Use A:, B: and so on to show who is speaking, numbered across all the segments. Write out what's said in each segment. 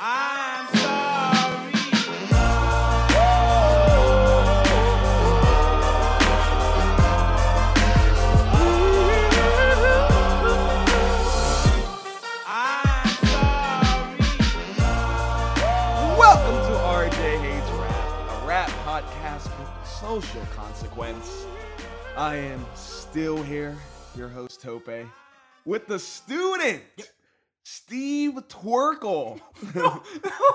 A: I'm sorry. I'm sorry. Welcome to RJH Rap, a rap podcast with social consequence. I am still here, your host Tope, with the student, Steve Twerkle.
B: I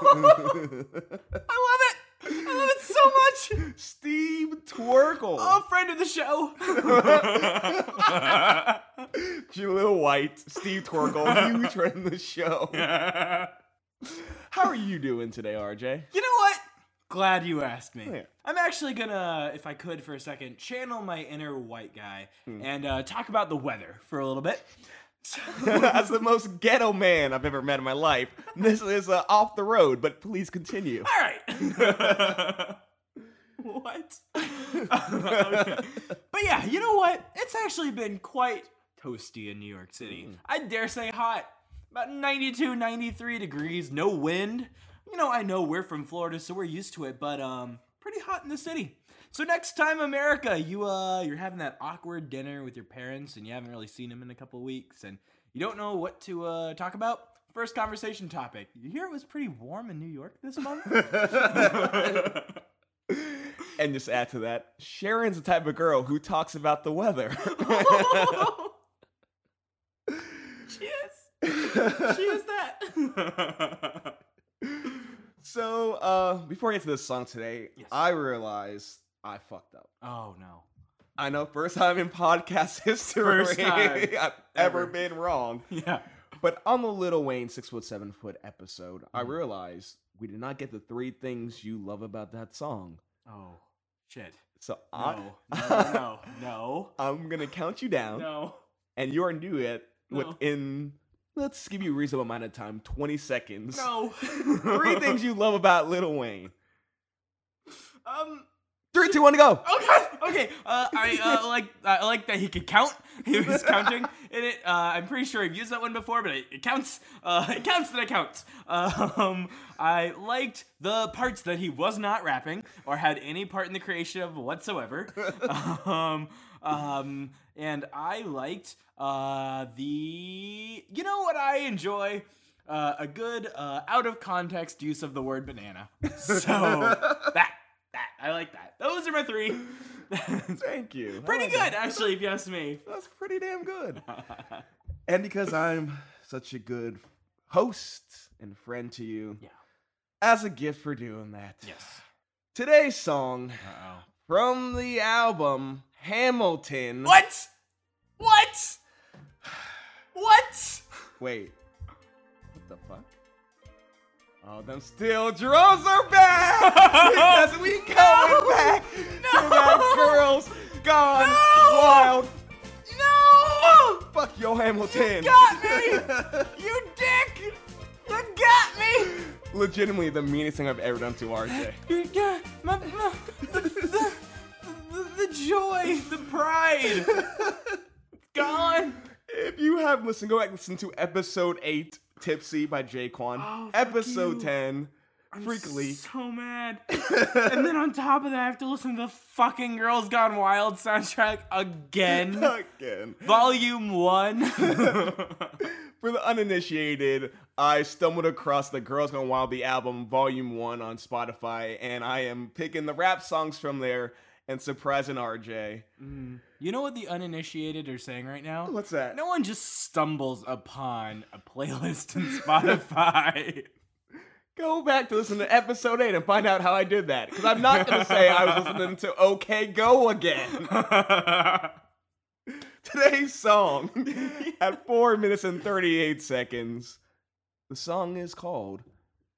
B: love it. I love it so much.
A: Steve Twerkle.
B: Oh, friend of the show.
A: Jaleel White, Steve Twerkle, huge friend of the show. How are you doing today, RJ?
B: You know what? Glad you asked me.
A: Yeah.
B: I'm actually gonna, if I could for a second, channel my inner white guy and uh, talk about the weather for a little bit. So,
A: That's the most ghetto man I've ever met in my life. This is uh, off the road, but please continue.
B: all right. what? Okay. But yeah, you know what? It's actually been quite toasty in New York City. I dare say hot. About 92, 93 degrees, no wind. You know, I know we're from Florida, so we're used to it, but um pretty hot in the city. So next time America, you uh you're having that awkward dinner with your parents and you haven't really seen them in a couple weeks and you don't know what to uh talk about. First conversation topic. You hear it was pretty warm in New York this month?
A: And just add to that, Sharon's the type of girl who talks about the weather.
B: she is. She is that.
A: so, uh, before I get to this song today,
B: Yes.
A: I realized I fucked up.
B: Oh no.
A: I know, first time in podcast history
B: First time
A: I've ever.
B: ever.
A: been wrong.
B: Yeah.
A: But on the Little Wayne six foot seven foot episode, I
B: Mm.
A: realized we did not get the three things you love about that song.
B: Oh shit.
A: So I,
B: No. No. No.
A: I'm gonna count you down,
B: No. no.
A: and you are new it
B: No.
A: within. Let's give you a reasonable amount of time, 20 seconds.
B: No.
A: Three things you love about Little Wayne.
B: Um.
A: Three, two, one, go.
B: Okay. Okay. Uh, I uh, like I like that he could count. He was counting in it. Uh, I'm pretty sure I've used that one before, but it, it counts. Uh, it counts that it counts. Um, I liked the parts that he was not rapping or had any part in the creation of whatsoever. um, um, and I liked uh, the. You know what I enjoy. Uh, a good uh, out of context use of the word banana. So that that. I like that. Those are my three. That's
A: Thank you. I
B: pretty
A: like
B: good,
A: that.
B: actually, if you ask me.
A: That's pretty damn good. and because I'm such a good host and friend to you,
B: Yeah.
A: as a gift for doing that, today's song
B: Uh-oh.
A: from the album Hamilton.
B: What? What? What?
A: Wait. What the fuck? Oh, them steel drums are back! because we going back to that girls gone
B: No!
A: wild.
B: No!
A: Fuck yo Hamilton.
B: Got me! you dick! You got me!
A: Legitimately the meanest thing I've ever done to RJ.
B: You got my, my the, the, the, the joy, the pride. Gone.
A: If you have listened, go back and listen to episode 8, Tipsy by Jaquan.
B: Oh, fuck
A: episode
B: you.
A: 10, Freak Leak.
B: So mad. and then on top of that, I have to listen to the fucking Girls Gone Wild soundtrack again.
A: Again.
B: Volume one.
A: For the uninitiated, I stumbled across the Girls Gone Wild the album Volume 1 on Spotify, and I am picking the rap songs from there and surprising RJ.
B: Mm. you know what the uninitiated are saying right now?
A: What's that?
B: No one just stumbles upon a playlist in Spotify.
A: Go back to listen to episode 8 and find out how I did that. Because I'm not going to say I was listening to OK Go again. Today's song, at 4 minutes and 38 seconds, the song is called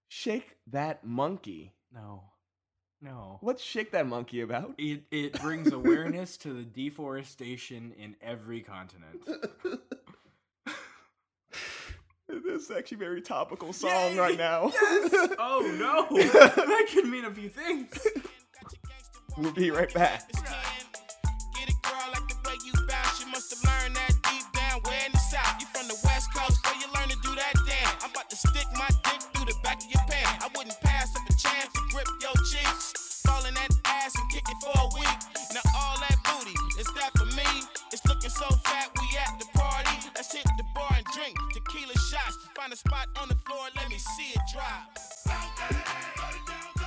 A: Shake That Monkey
B: no. No.
A: What's Shake That Monkey about?
B: It it brings awareness to the deforestation in every continent.
A: This is actually a very topical song right now.
B: Yes! Oh no! that could mean a few things.
A: We'll be right back.
C: Get it, girl, like the way you bounce. You must have learned that deep down. Where in the south? You from the west coast, where you learn to do that dance. I'm about to stick my dick through the back of your pants. I wouldn't pass up a chance to grip your cheeks. Fall in that ass and kick it for a week. Now all that booty, is that for me? It's looking so fat, we at the party. Let's hit the bar and drink tequila shots. Find a spot on the floor, let me see it drop.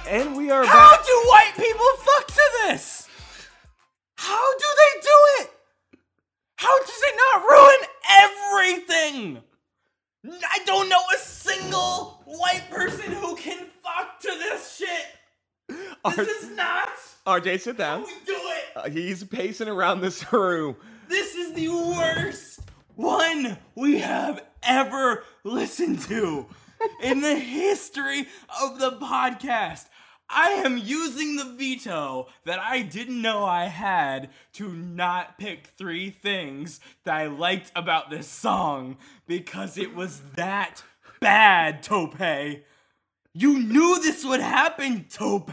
A: And we are
B: How
A: back.
B: do white people fuck to this? How do they do it? How does it not ruin everything? I don't know a single white person who can fuck to this shit.
A: Are-
B: This is not
A: RJ, sit down.
B: how we do it.
A: Uh, he's pacing around this room.
B: This is the worst one we have ever listened to in the history of the podcast. I am using the veto that I didn't know I had to not pick three things that I liked about this song because it was that bad, Tope. You knew this would happen, Tope.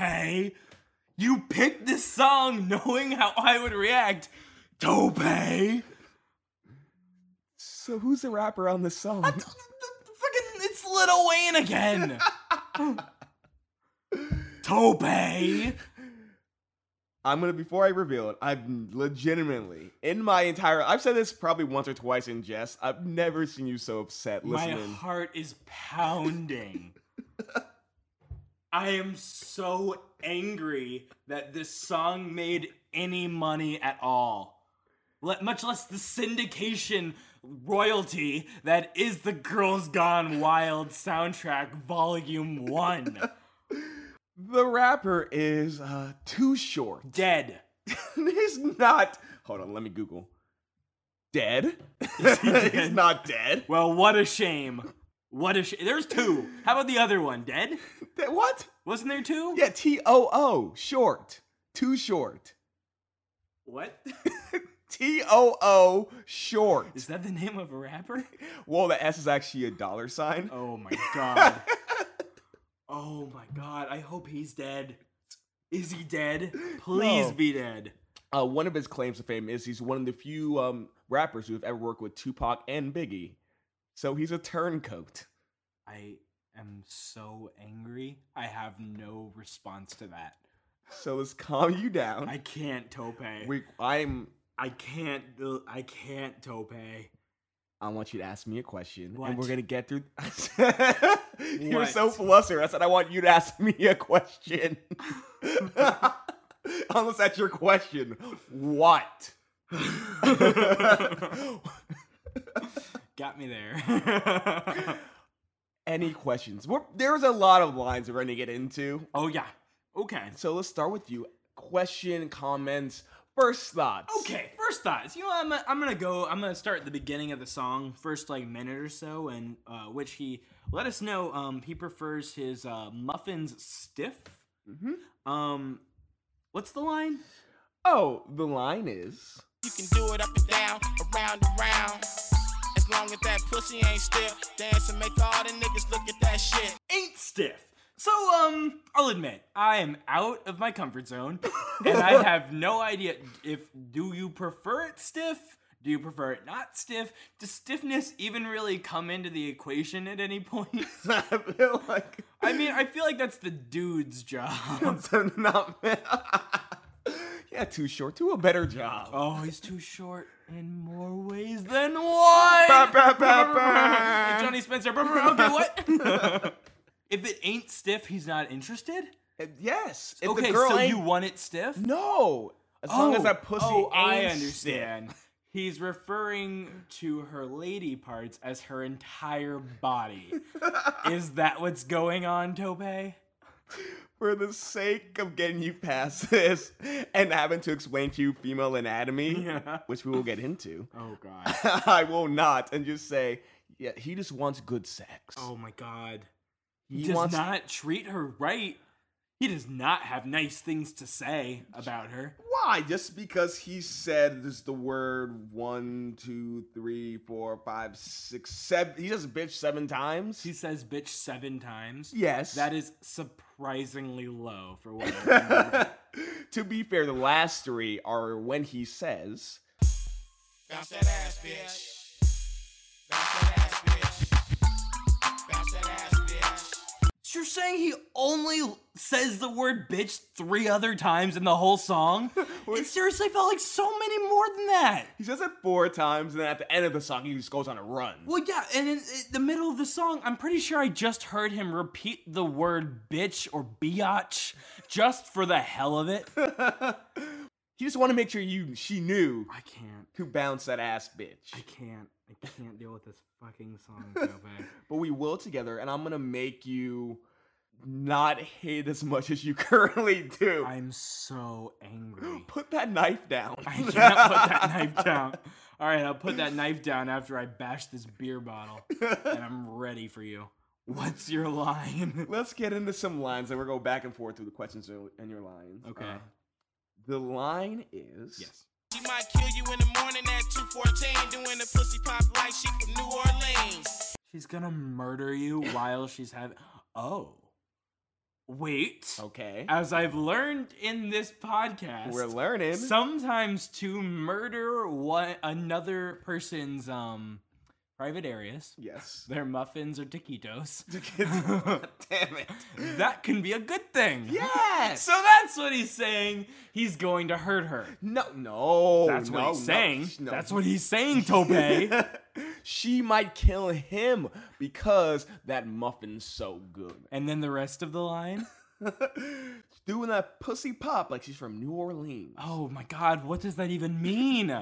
B: You picked this song knowing how I would react. Tope! Fucking,
A: So who's the rapper on this song?
B: it's Little Wayne again! Tope!
A: I'm gonna before I reveal it. I've legitimately in my entire I've said this probably once or twice in jest. I've never seen you so upset
B: My
A: listening.
B: heart is pounding. I am so angry that this song made any money at all. Let, much less the syndication royalty that is the Girls Gone Wild soundtrack, Volume 1.
A: the rapper is uh, too short.
B: Dead.
A: He's not. Hold on, let me Google. Dead? He's
B: dead?
A: not dead.
B: Well, what a shame. What a shame. There's two. How about the other one? Dead?
A: Th- What?
B: Wasn't there two?
A: Yeah, T O O. Short. Too short.
B: What?
A: T O O. Short.
B: Is that the name of a rapper?
A: Well, the S is actually a dollar sign.
B: Oh my god. oh my god. I hope he's dead. Is he dead? Please
A: No.
B: be dead.
A: Uh, one of his claims to fame is he's one of the few um, rappers who have ever worked with Tupac and Biggie. So he's a turncoat.
B: I am so angry. I have no response to that.
A: So let's calm you down.
B: I can't tope.
A: we, I'm.
B: I can't. uh, I can't tope.
A: I want you to ask me a question, and we're
B: What?
A: gonna get through. You're so
B: What?
A: flustered. I said I want you to ask me a question. Unless that's your question. What?
B: Got me there.
A: Any questions? We're, there's a lot of lines we're gonna get into.
B: oh yeah. Okay.
A: So let's start with you. Question, comments, first thoughts.
B: Okay, first thoughts. You know, I'm, I'm gonna go. I'm gonna start at the beginning of the song, first like minute or so, and uh, which he let us know um, he prefers his uh, muffins stiff. Mm-hmm. Um, what's the line?
A: Oh, the line is.
C: You can do it up and down, around and round. As long as that pussy ain't stiff, dance and make all the niggas look at that shit.
B: Ain't stiff. So um, I'll admit I am out of my comfort zone, and I have no idea if do you prefer it stiff. Do you prefer it not stiff? Does stiffness even really come into the equation at any point?
A: I feel like
B: I mean, I feel like that's the dude's job.
A: it's not. yeah, too short. Do a better job.
B: Oh, he's too short in more ways than one.
A: Ba, ba, ba, ba.
B: Like Johnny Spencer. Ba, ba, Okay, what? if it ain't stiff, he's not interested.
A: Uh, Yes. If
B: okay,
A: the girl
B: so
A: ain't-
B: you want it stiff?
A: No. As long as
B: Oh,
A: that pussy
B: Oh, I
A: ain't
B: understand. He's referring to her lady parts as her entire body. Is that what's going on, Tope?
A: For the sake of getting you past this and having to explain to you female anatomy,
B: Yeah.
A: which we will get into,
B: Oh god.
A: I will not and just say, yeah, he just wants good sex.
B: Oh my god.
A: he
B: does
A: wants
B: not treat her right. He does not have nice things to say about her.
A: Why? Just because he said this the word one, two, three, four, five, six, seven. He says bitch seven times.
B: He says bitch seven times.
A: yes.
B: That is surprisingly low for what.
A: to be fair, the last three are when he says.
C: Bounce that ass, bitch. Bounce that ass, bitch. Bounce that ass, bitch.
B: You're saying he only says the word bitch three other times in the whole song? it seriously felt like so many more than that.
A: He says it four times, and then at the end of the song, he just goes on a run.
B: Well, yeah, and in, in the middle of the song, I'm pretty sure I just heard him repeat the word bitch or biatch just for the hell of it.
A: He just wanted to make sure you she knew
B: I can't.
A: who bounced that ass bitch.
B: I can't. I can't deal with this fucking song, Tope.
A: But we will together, and I'm gonna make you not hate as much as you currently do.
B: I'm so angry.
A: Put that knife down.
B: I can't put that knife down. All right, I'll put that knife down after I bash this beer bottle, and I'm ready for you. What's your line?
A: Let's get into some lines, and we'll go back and forth through the questions and your lines.
B: Okay.
A: Uh, the line is
B: yes.
C: She might kill you in the morning at 214, doing a pussy pop like she from New Orleans.
B: She's gonna murder you while she's having. Oh. Wait.
A: okay.
B: As I've learned in this podcast,
A: We're learning.
B: sometimes to murder one another person's um private areas,
A: yes.
B: their muffins or taquitos,
A: Damn it.
B: that can be a good thing.
A: Yes.
B: So that's what he's saying. He's going to hurt her.
A: no, no.
B: That's what
A: no,
B: he's
A: no,
B: saying.
A: no.
B: That's what he's saying, Tope.
A: she might kill him because that muffin's so good.
B: and then the rest of the line.
A: Doing that pussy pop like she's from New Orleans.
B: Oh my god, what does that even mean?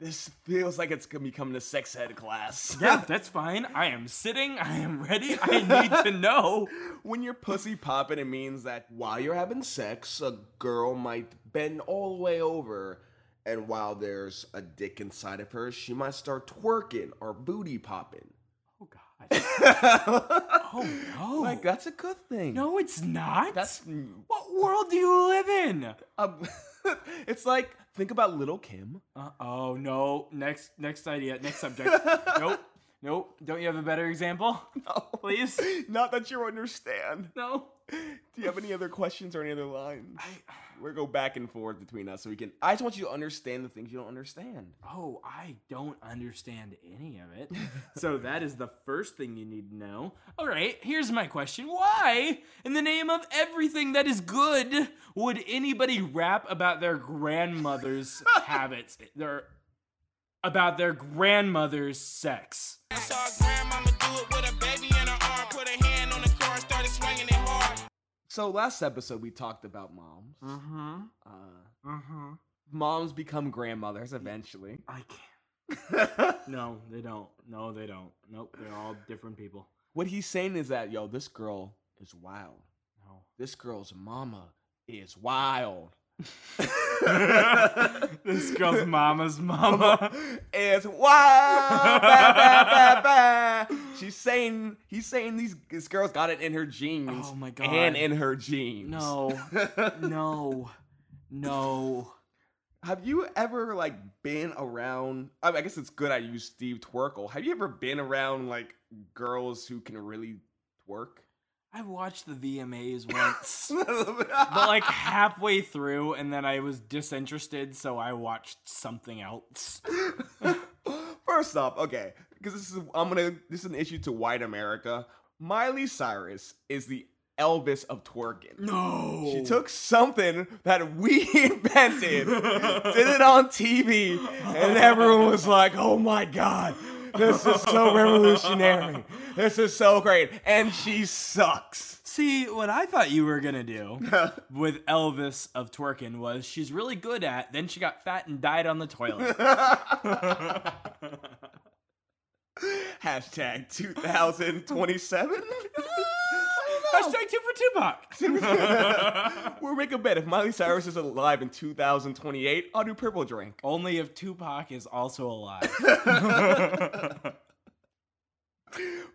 A: This feels like it's gonna be coming to sex ed class.
B: Yeah, that's fine. I am sitting. I am ready. I need to know.
A: when you're pussy popping, it means that while you're having sex, a girl might bend all the way over, and while there's a dick inside of her, she might start twerking or booty popping.
B: Oh god. Oh no.
A: like that's a good thing.
B: No, it's not.
A: that's
B: what world do you live in?
A: um, it's like think about Little Kim.
B: Uh, oh no. Next next idea. Next subject. nope. Nope. Don't you have a better example?
A: No,
B: Please.
A: Oh, Not that you understand.
B: No.
A: Do you have any other questions or any other lines? We'll go back and forth between us so we can. I just want you to understand the things you don't understand.
B: Oh, I don't understand any of it. so that is the first thing you need to know. All right, here's my question. Why, in the name of everything that is good, would anybody rap about their grandmother's habits? Their about their grandmother's sex.
C: I saw grandmama do it with a baby in her arm, put her hand on the car, started swinging it hard.
A: So last episode we talked about moms.
B: Mm-hmm.
A: Uh,
B: Mm-hmm.
A: moms become grandmothers eventually.
B: I can't. No, they don't. No, they don't. Nope, they're all different people.
A: what he's saying is that yo, this girl is wild.
B: No.
A: This girl's mama is wild.
B: this girl's mama's mama.
A: It's wild. Ba, ba, ba, ba. She's saying he's saying these this girl's got it in her genes.
B: Oh my God.
A: And in her genes.
B: No. No. No.
A: Have you ever like been around? I, mean, I guess it's good I use Steve Twerkle. Have you ever been around like girls who can really twerk?
B: I watched the VMAs once, but
A: but
B: like halfway through, and then I was disinterested, so I watched something else.
A: First off, okay, because this is I'm gonna this is an issue to white America. Miley Cyrus is the Elvis of twerking.
B: No.
A: She took something that we invented, did it on TV, and everyone was like, oh my god, this is so revolutionary. This is so great. And she sucks.
B: See, what I thought you were gonna do with Elvis of twerking was she's really good at. Then she got fat and died on the toilet.
A: Hashtag 2027?
B: Hashtag two for Tupac.
A: We'll make a bet. If Miley Cyrus is alive in 2028, I'll do Purple Drink.
B: Only if Tupac is also alive.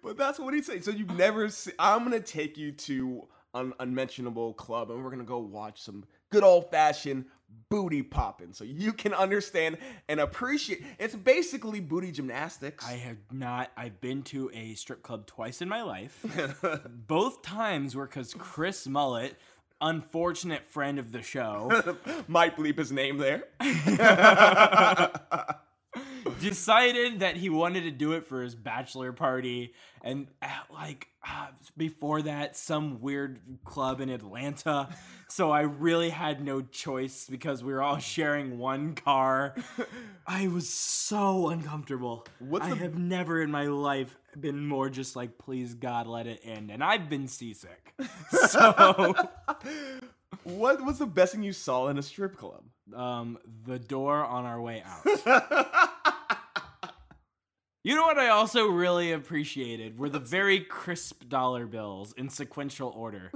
A: But that's what he's saying. So you've never seen. I'm gonna take you to un- unmentionable club, and we're gonna go watch some good old fashioned booty popping, so you can understand and appreciate. It's basically booty gymnastics.
B: I have not. I've been to a strip club twice in my life. Both times were because Chris Mullet, unfortunate friend of the show,
A: might bleep his name there.
B: decided that he wanted to do it for his bachelor party. And at, like uh, before that, some weird club in Atlanta. So I really had no choice because we were all sharing one car. I was so uncomfortable.
A: What's
B: I
A: the-
B: have never in my life been more just like, please God, let it end. And I've been seasick. So
A: What was the best thing you saw in a strip club?
B: um, the door on our way out. you know what I also really appreciated were the very crisp dollar bills in sequential order.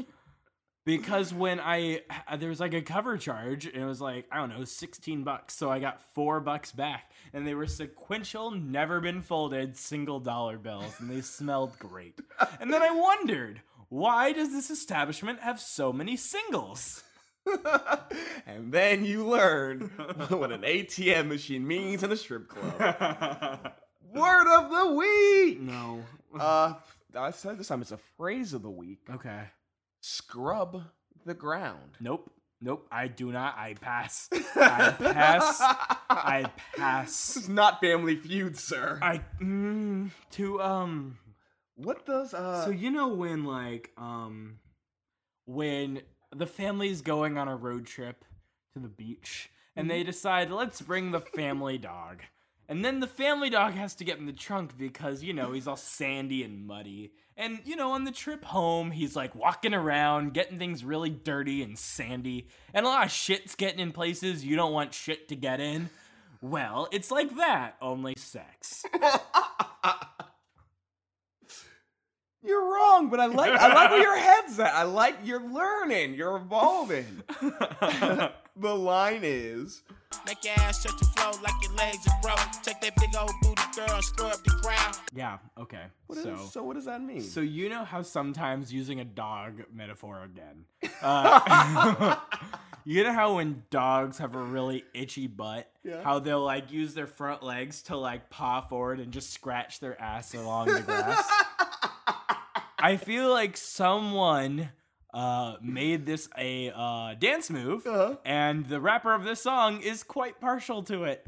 B: Because when I uh, there was like a cover charge and it was like I don't know 16 bucks so I got 4 bucks back and they were sequential never been folded single dollar bills and they smelled great. And then I wondered, why does this establishment have so many singles?
A: and then you learn what an ATM machine means in a strip club. Word of the week.
B: No.
A: Uh, I said this time it's a phrase of the week.
B: Okay.
A: Scrub the ground.
B: Nope. Nope. I do not. I pass. I pass. I
A: This
B: pass.
A: is not Family Feud, sir.
B: I mm, to um.
A: what does uh?
B: so you know when like um, when the family's going on a road trip to the beach and
A: Mm-hmm.
B: they decide let's bring the family dog. And then the family dog has to get in the trunk because, you know, he's all sandy and muddy. And, you know, on the trip home, he's like walking around, getting things really dirty and sandy. And a lot of shit's getting in places you don't want shit to get in. Well, it's like that, only sex.
A: You're wrong, but I like I like where your head's at. I like you're learning, you're evolving. the line is
C: Make your ass touch the floor like your legs are broke. Take that big old booty girl and scrub the ground.
B: yeah, okay.
A: what is- so,
B: so.
A: what does that mean?
B: So you know how sometimes using a dog metaphor again. Uh, you know how when dogs have a really itchy butt,
A: Yeah.
B: how they'll like use their front legs to like paw forward and just scratch their ass along the grass. I feel like someone uh, made this a uh, dance move,
A: Uh-huh.
B: and the rapper of this song is quite partial to it.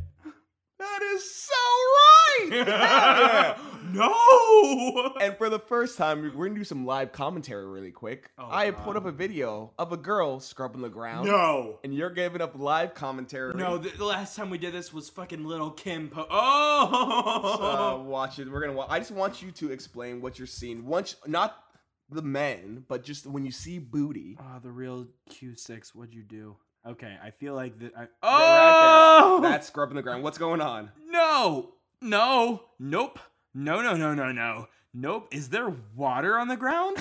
A: that is so right.
B: no.
A: and for the first time, we're gonna do some live commentary really quick.
B: Oh,
A: I
B: God.
A: put up a video of a girl scrubbing the ground.
B: No.
A: And you're giving up live commentary.
B: No, the, the last time we did this was fucking little Kim. Po- oh,
A: uh, watch it. We're gonna watch. I just want you to explain what you're seeing. Once, not the men, but just when you see booty.
B: Ah, the real Q6. What'd you do? Okay, I feel like that. I-
A: right
B: oh,
A: That's scrubbing the ground. What's going on?
B: no, no, nope, no, no, no, no, no, nope. Is there water on the ground?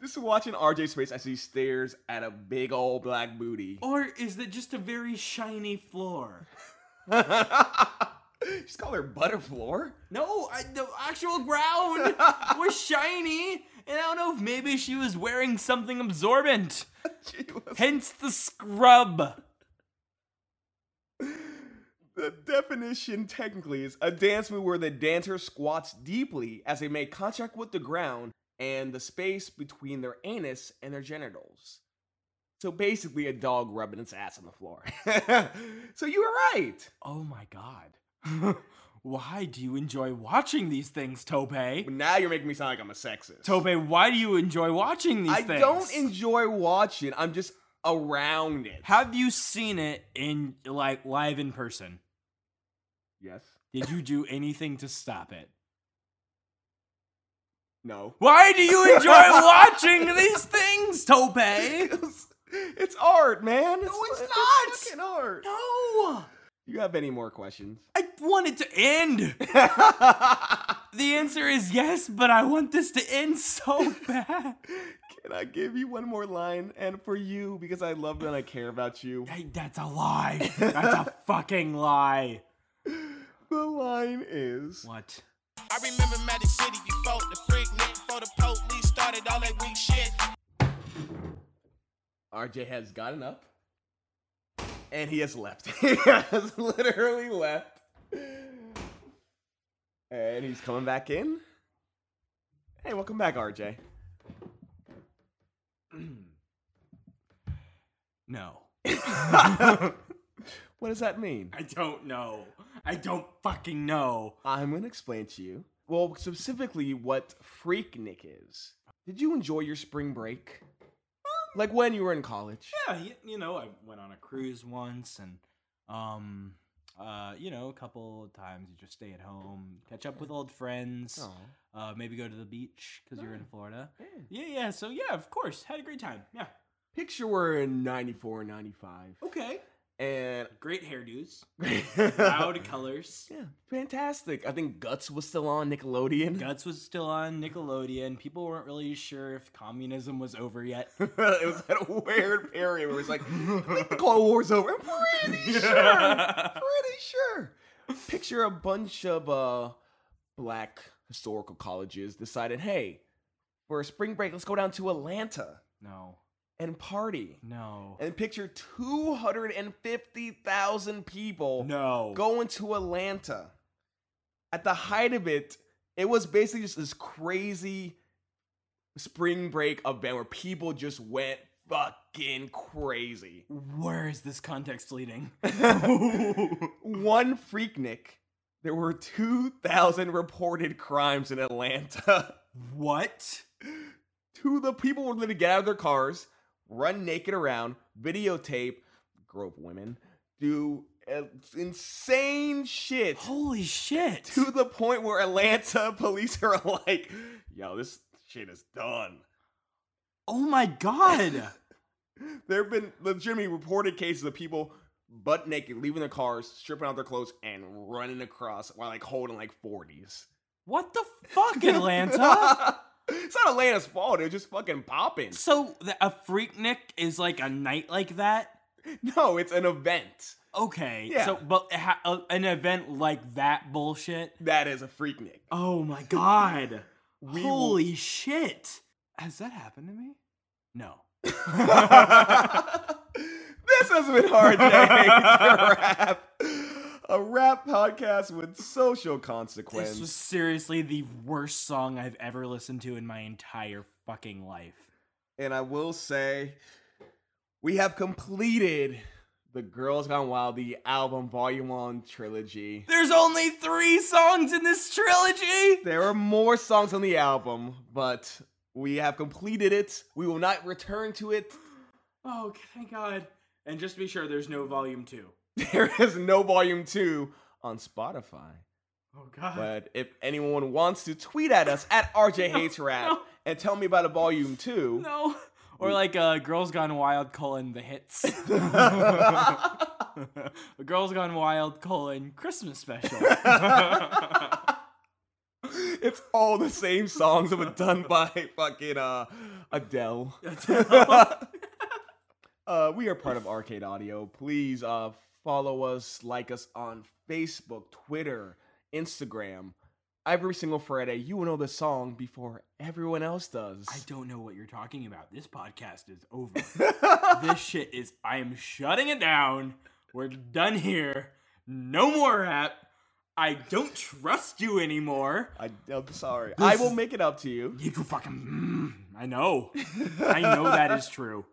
A: Just watching RJ's face as he stares at a big old black booty.
B: or is it just a very shiny floor? Oh.
A: Just call her Butterfloor.
B: No, I, the actual ground was shiny, and I don't know if maybe she was wearing something absorbent.
A: She was
B: Hence the scrub.
A: The definition technically is a dance move where the dancer squats deeply as they make contact with the ground and the space between their anus and their genitals. So basically, a dog rubbing its ass on the floor. so you were right.
B: Oh my god. why do you enjoy watching these things, Tope?
A: But now you're making me sound like I'm a sexist.
B: Tope, why do you enjoy watching these
A: I
B: things?
A: don't enjoy watching. I'm just around it.
B: Have you seen it in like live in person?
A: Yes.
B: Did you do anything to stop it?
A: No.
B: Why do you enjoy watching these things, Tope?
A: it's, it's art, man. It's,
B: it's not.
A: fucking art.
B: No.
A: You have any more questions?
B: I want it to end. The answer is yes, but I want this to end so bad.
A: Can I give you one more line? And for you, because I love you and I care about you.
B: Hey, that's a lie. That's a fucking lie.
A: The line is
B: What?
C: I remember Magic City before the freak Nick, before the police started all that weak shit.
A: RJ has gotten up and he has left. he has literally left. And he's coming back in. Hey, welcome back, RJ.
B: No.
A: What does that mean?
B: I don't know. I don't fucking know.
A: I'm going to explain to you, well, specifically what Freaknik is. Did you enjoy your spring break? Like when you were in college?
B: Yeah, y- you know, I went on a cruise once and um uh you know, a couple of times you just stay at home, catch up with old friends,
A: Aw.
B: uh maybe go to the beach cuz you're in Florida.
A: Yeah.
B: Yeah, yeah. So yeah, of course. Had a great time. Yeah.
A: Picture we're in 94 95.
B: Okay.
A: And.
B: Great hairdos. Loud colors.
A: yeah, fantastic. I think Guts was still on Nickelodeon.
B: Guts was still on Nickelodeon. People weren't really sure if communism was over yet.
A: it was that weird period where it's like, I think the Cold War's over. I'm pretty sure. Pretty sure. Picture a bunch of uh, black historical colleges decided, hey, for a spring break, let's go down to Atlanta
B: No.
A: and party.
B: Mm. No.
A: And picture 250,000 people
B: No.
A: going to Atlanta. At the height of it, it was basically just this crazy spring break event where people just went fucking crazy.
B: Where is this context leading?
A: One freaknik, there were 2,000 reported crimes in Atlanta.
B: What?
A: Two the people were literally get out of their cars, run naked around, videotape, grope women, do uh, insane shit.
B: Holy shit.
A: to the point where Atlanta police are like, yo, this shit is done.
B: oh my god.
A: There have been legitimately reported cases of people butt naked, leaving their cars, stripping out their clothes, and running across while like holding like 40s.
B: what the fuck, Atlanta?
A: it's not Atlanta's fault, it was just fucking popping.
B: so th- a freaknik is like a night like that?
A: No, it's an event.
B: Okay.
A: Yeah.
B: So, but ha- uh, an event like that bullshit?
A: That is a freaknik.
B: Oh my god.
A: We will-
B: Holy shit. Has that happened to me? No.
A: this has been Hard Day to Rap. A rap podcast with social consequence.
B: This was seriously the worst song I've ever listened to in my entire fucking life.
A: and I will say we have completed the Girls Gone Wild, the album volume one trilogy.
B: There's only three songs in this trilogy.
A: There are more songs on the album, but we have completed it. We will not return to it.
B: Oh, thank God. And just be sure there's no volume two.
A: There is no volume two on Spotify.
B: Oh, God.
A: But if anyone wants to tweet at us at RJ Hates Rap
B: no.
A: and tell me about a volume two,
B: No. Or like uh, Girls Gone Wild colon the hits. Girls Gone Wild colon Christmas special.
A: it's all the same songs that were done by fucking uh, Adele. uh, we are part of Arcade Audio. Please uh, follow us, like us on Facebook, Twitter, Instagram. Every single Friday, you will know the song before everyone else does.
B: I don't know what you're talking about. This podcast is over. this shit is. I am shutting it down. We're done here. No more rap. I don't trust you anymore.
A: I, am sorry. I will make it up to you.
B: You can fucking. Mm, I know. I know that is true.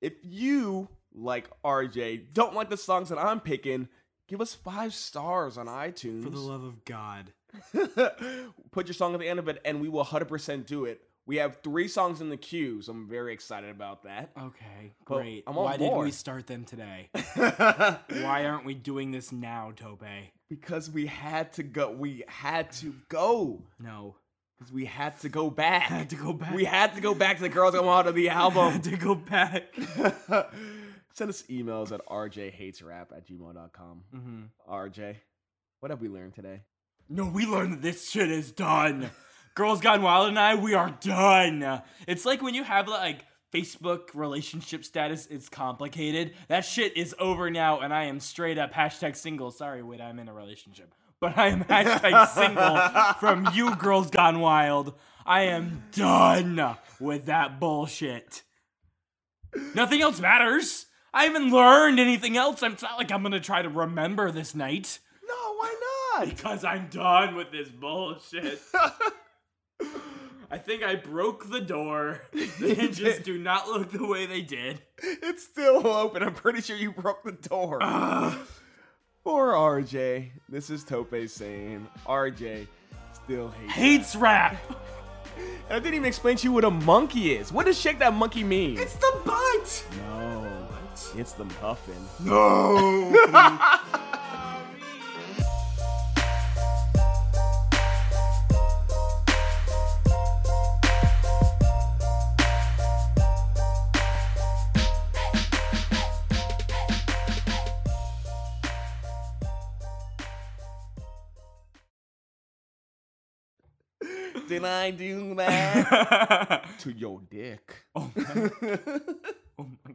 A: If you, like RJ, don't like the songs that I'm picking, give us five stars on iTunes.
B: For the love of God.
A: Put your song at the end of it, and we will 100% do it. We have three songs in the queue, so I'm very excited about that.
B: Okay,
A: But
B: great.
A: I want
B: Why didn't
A: more.
B: we start them today? Why aren't we doing this now, Tope?
A: because we had to go. We had to go.
B: No.
A: Because we had to go back.
B: Had to go back.
A: We had to go back to the girls that out of the album.
B: Had to go back.
A: Send us emails at rjhatesrap at gmail.com.
B: Mhm.
A: RJ, what have we learned today?
B: No, we learned that this shit is done. Girls Gone Wild and I, we are done. It's like when you have like Facebook relationship status, it's complicated. That shit is over now, and I am straight up hashtag single. Sorry, wait, I'm in a relationship. but I am hashtag single from you girls gone wild. I am done with that bullshit. Nothing else matters. I haven't learned anything else. It's not like I'm gonna try to remember this night.
A: No, why not?
B: Because I'm done with this bullshit. I think I broke the door. The hinges do not look the way they did.
A: It's still open. I'm pretty sure you broke the door. Poor RJ. This is Tope saying RJ still hates.
B: Hates rap.
A: And I didn't even explain to you what a monkey is. What does shake that monkey mean?
B: It's the butt.
A: no, it's the muffin. Did I do that to your dick?
B: oh, my, oh my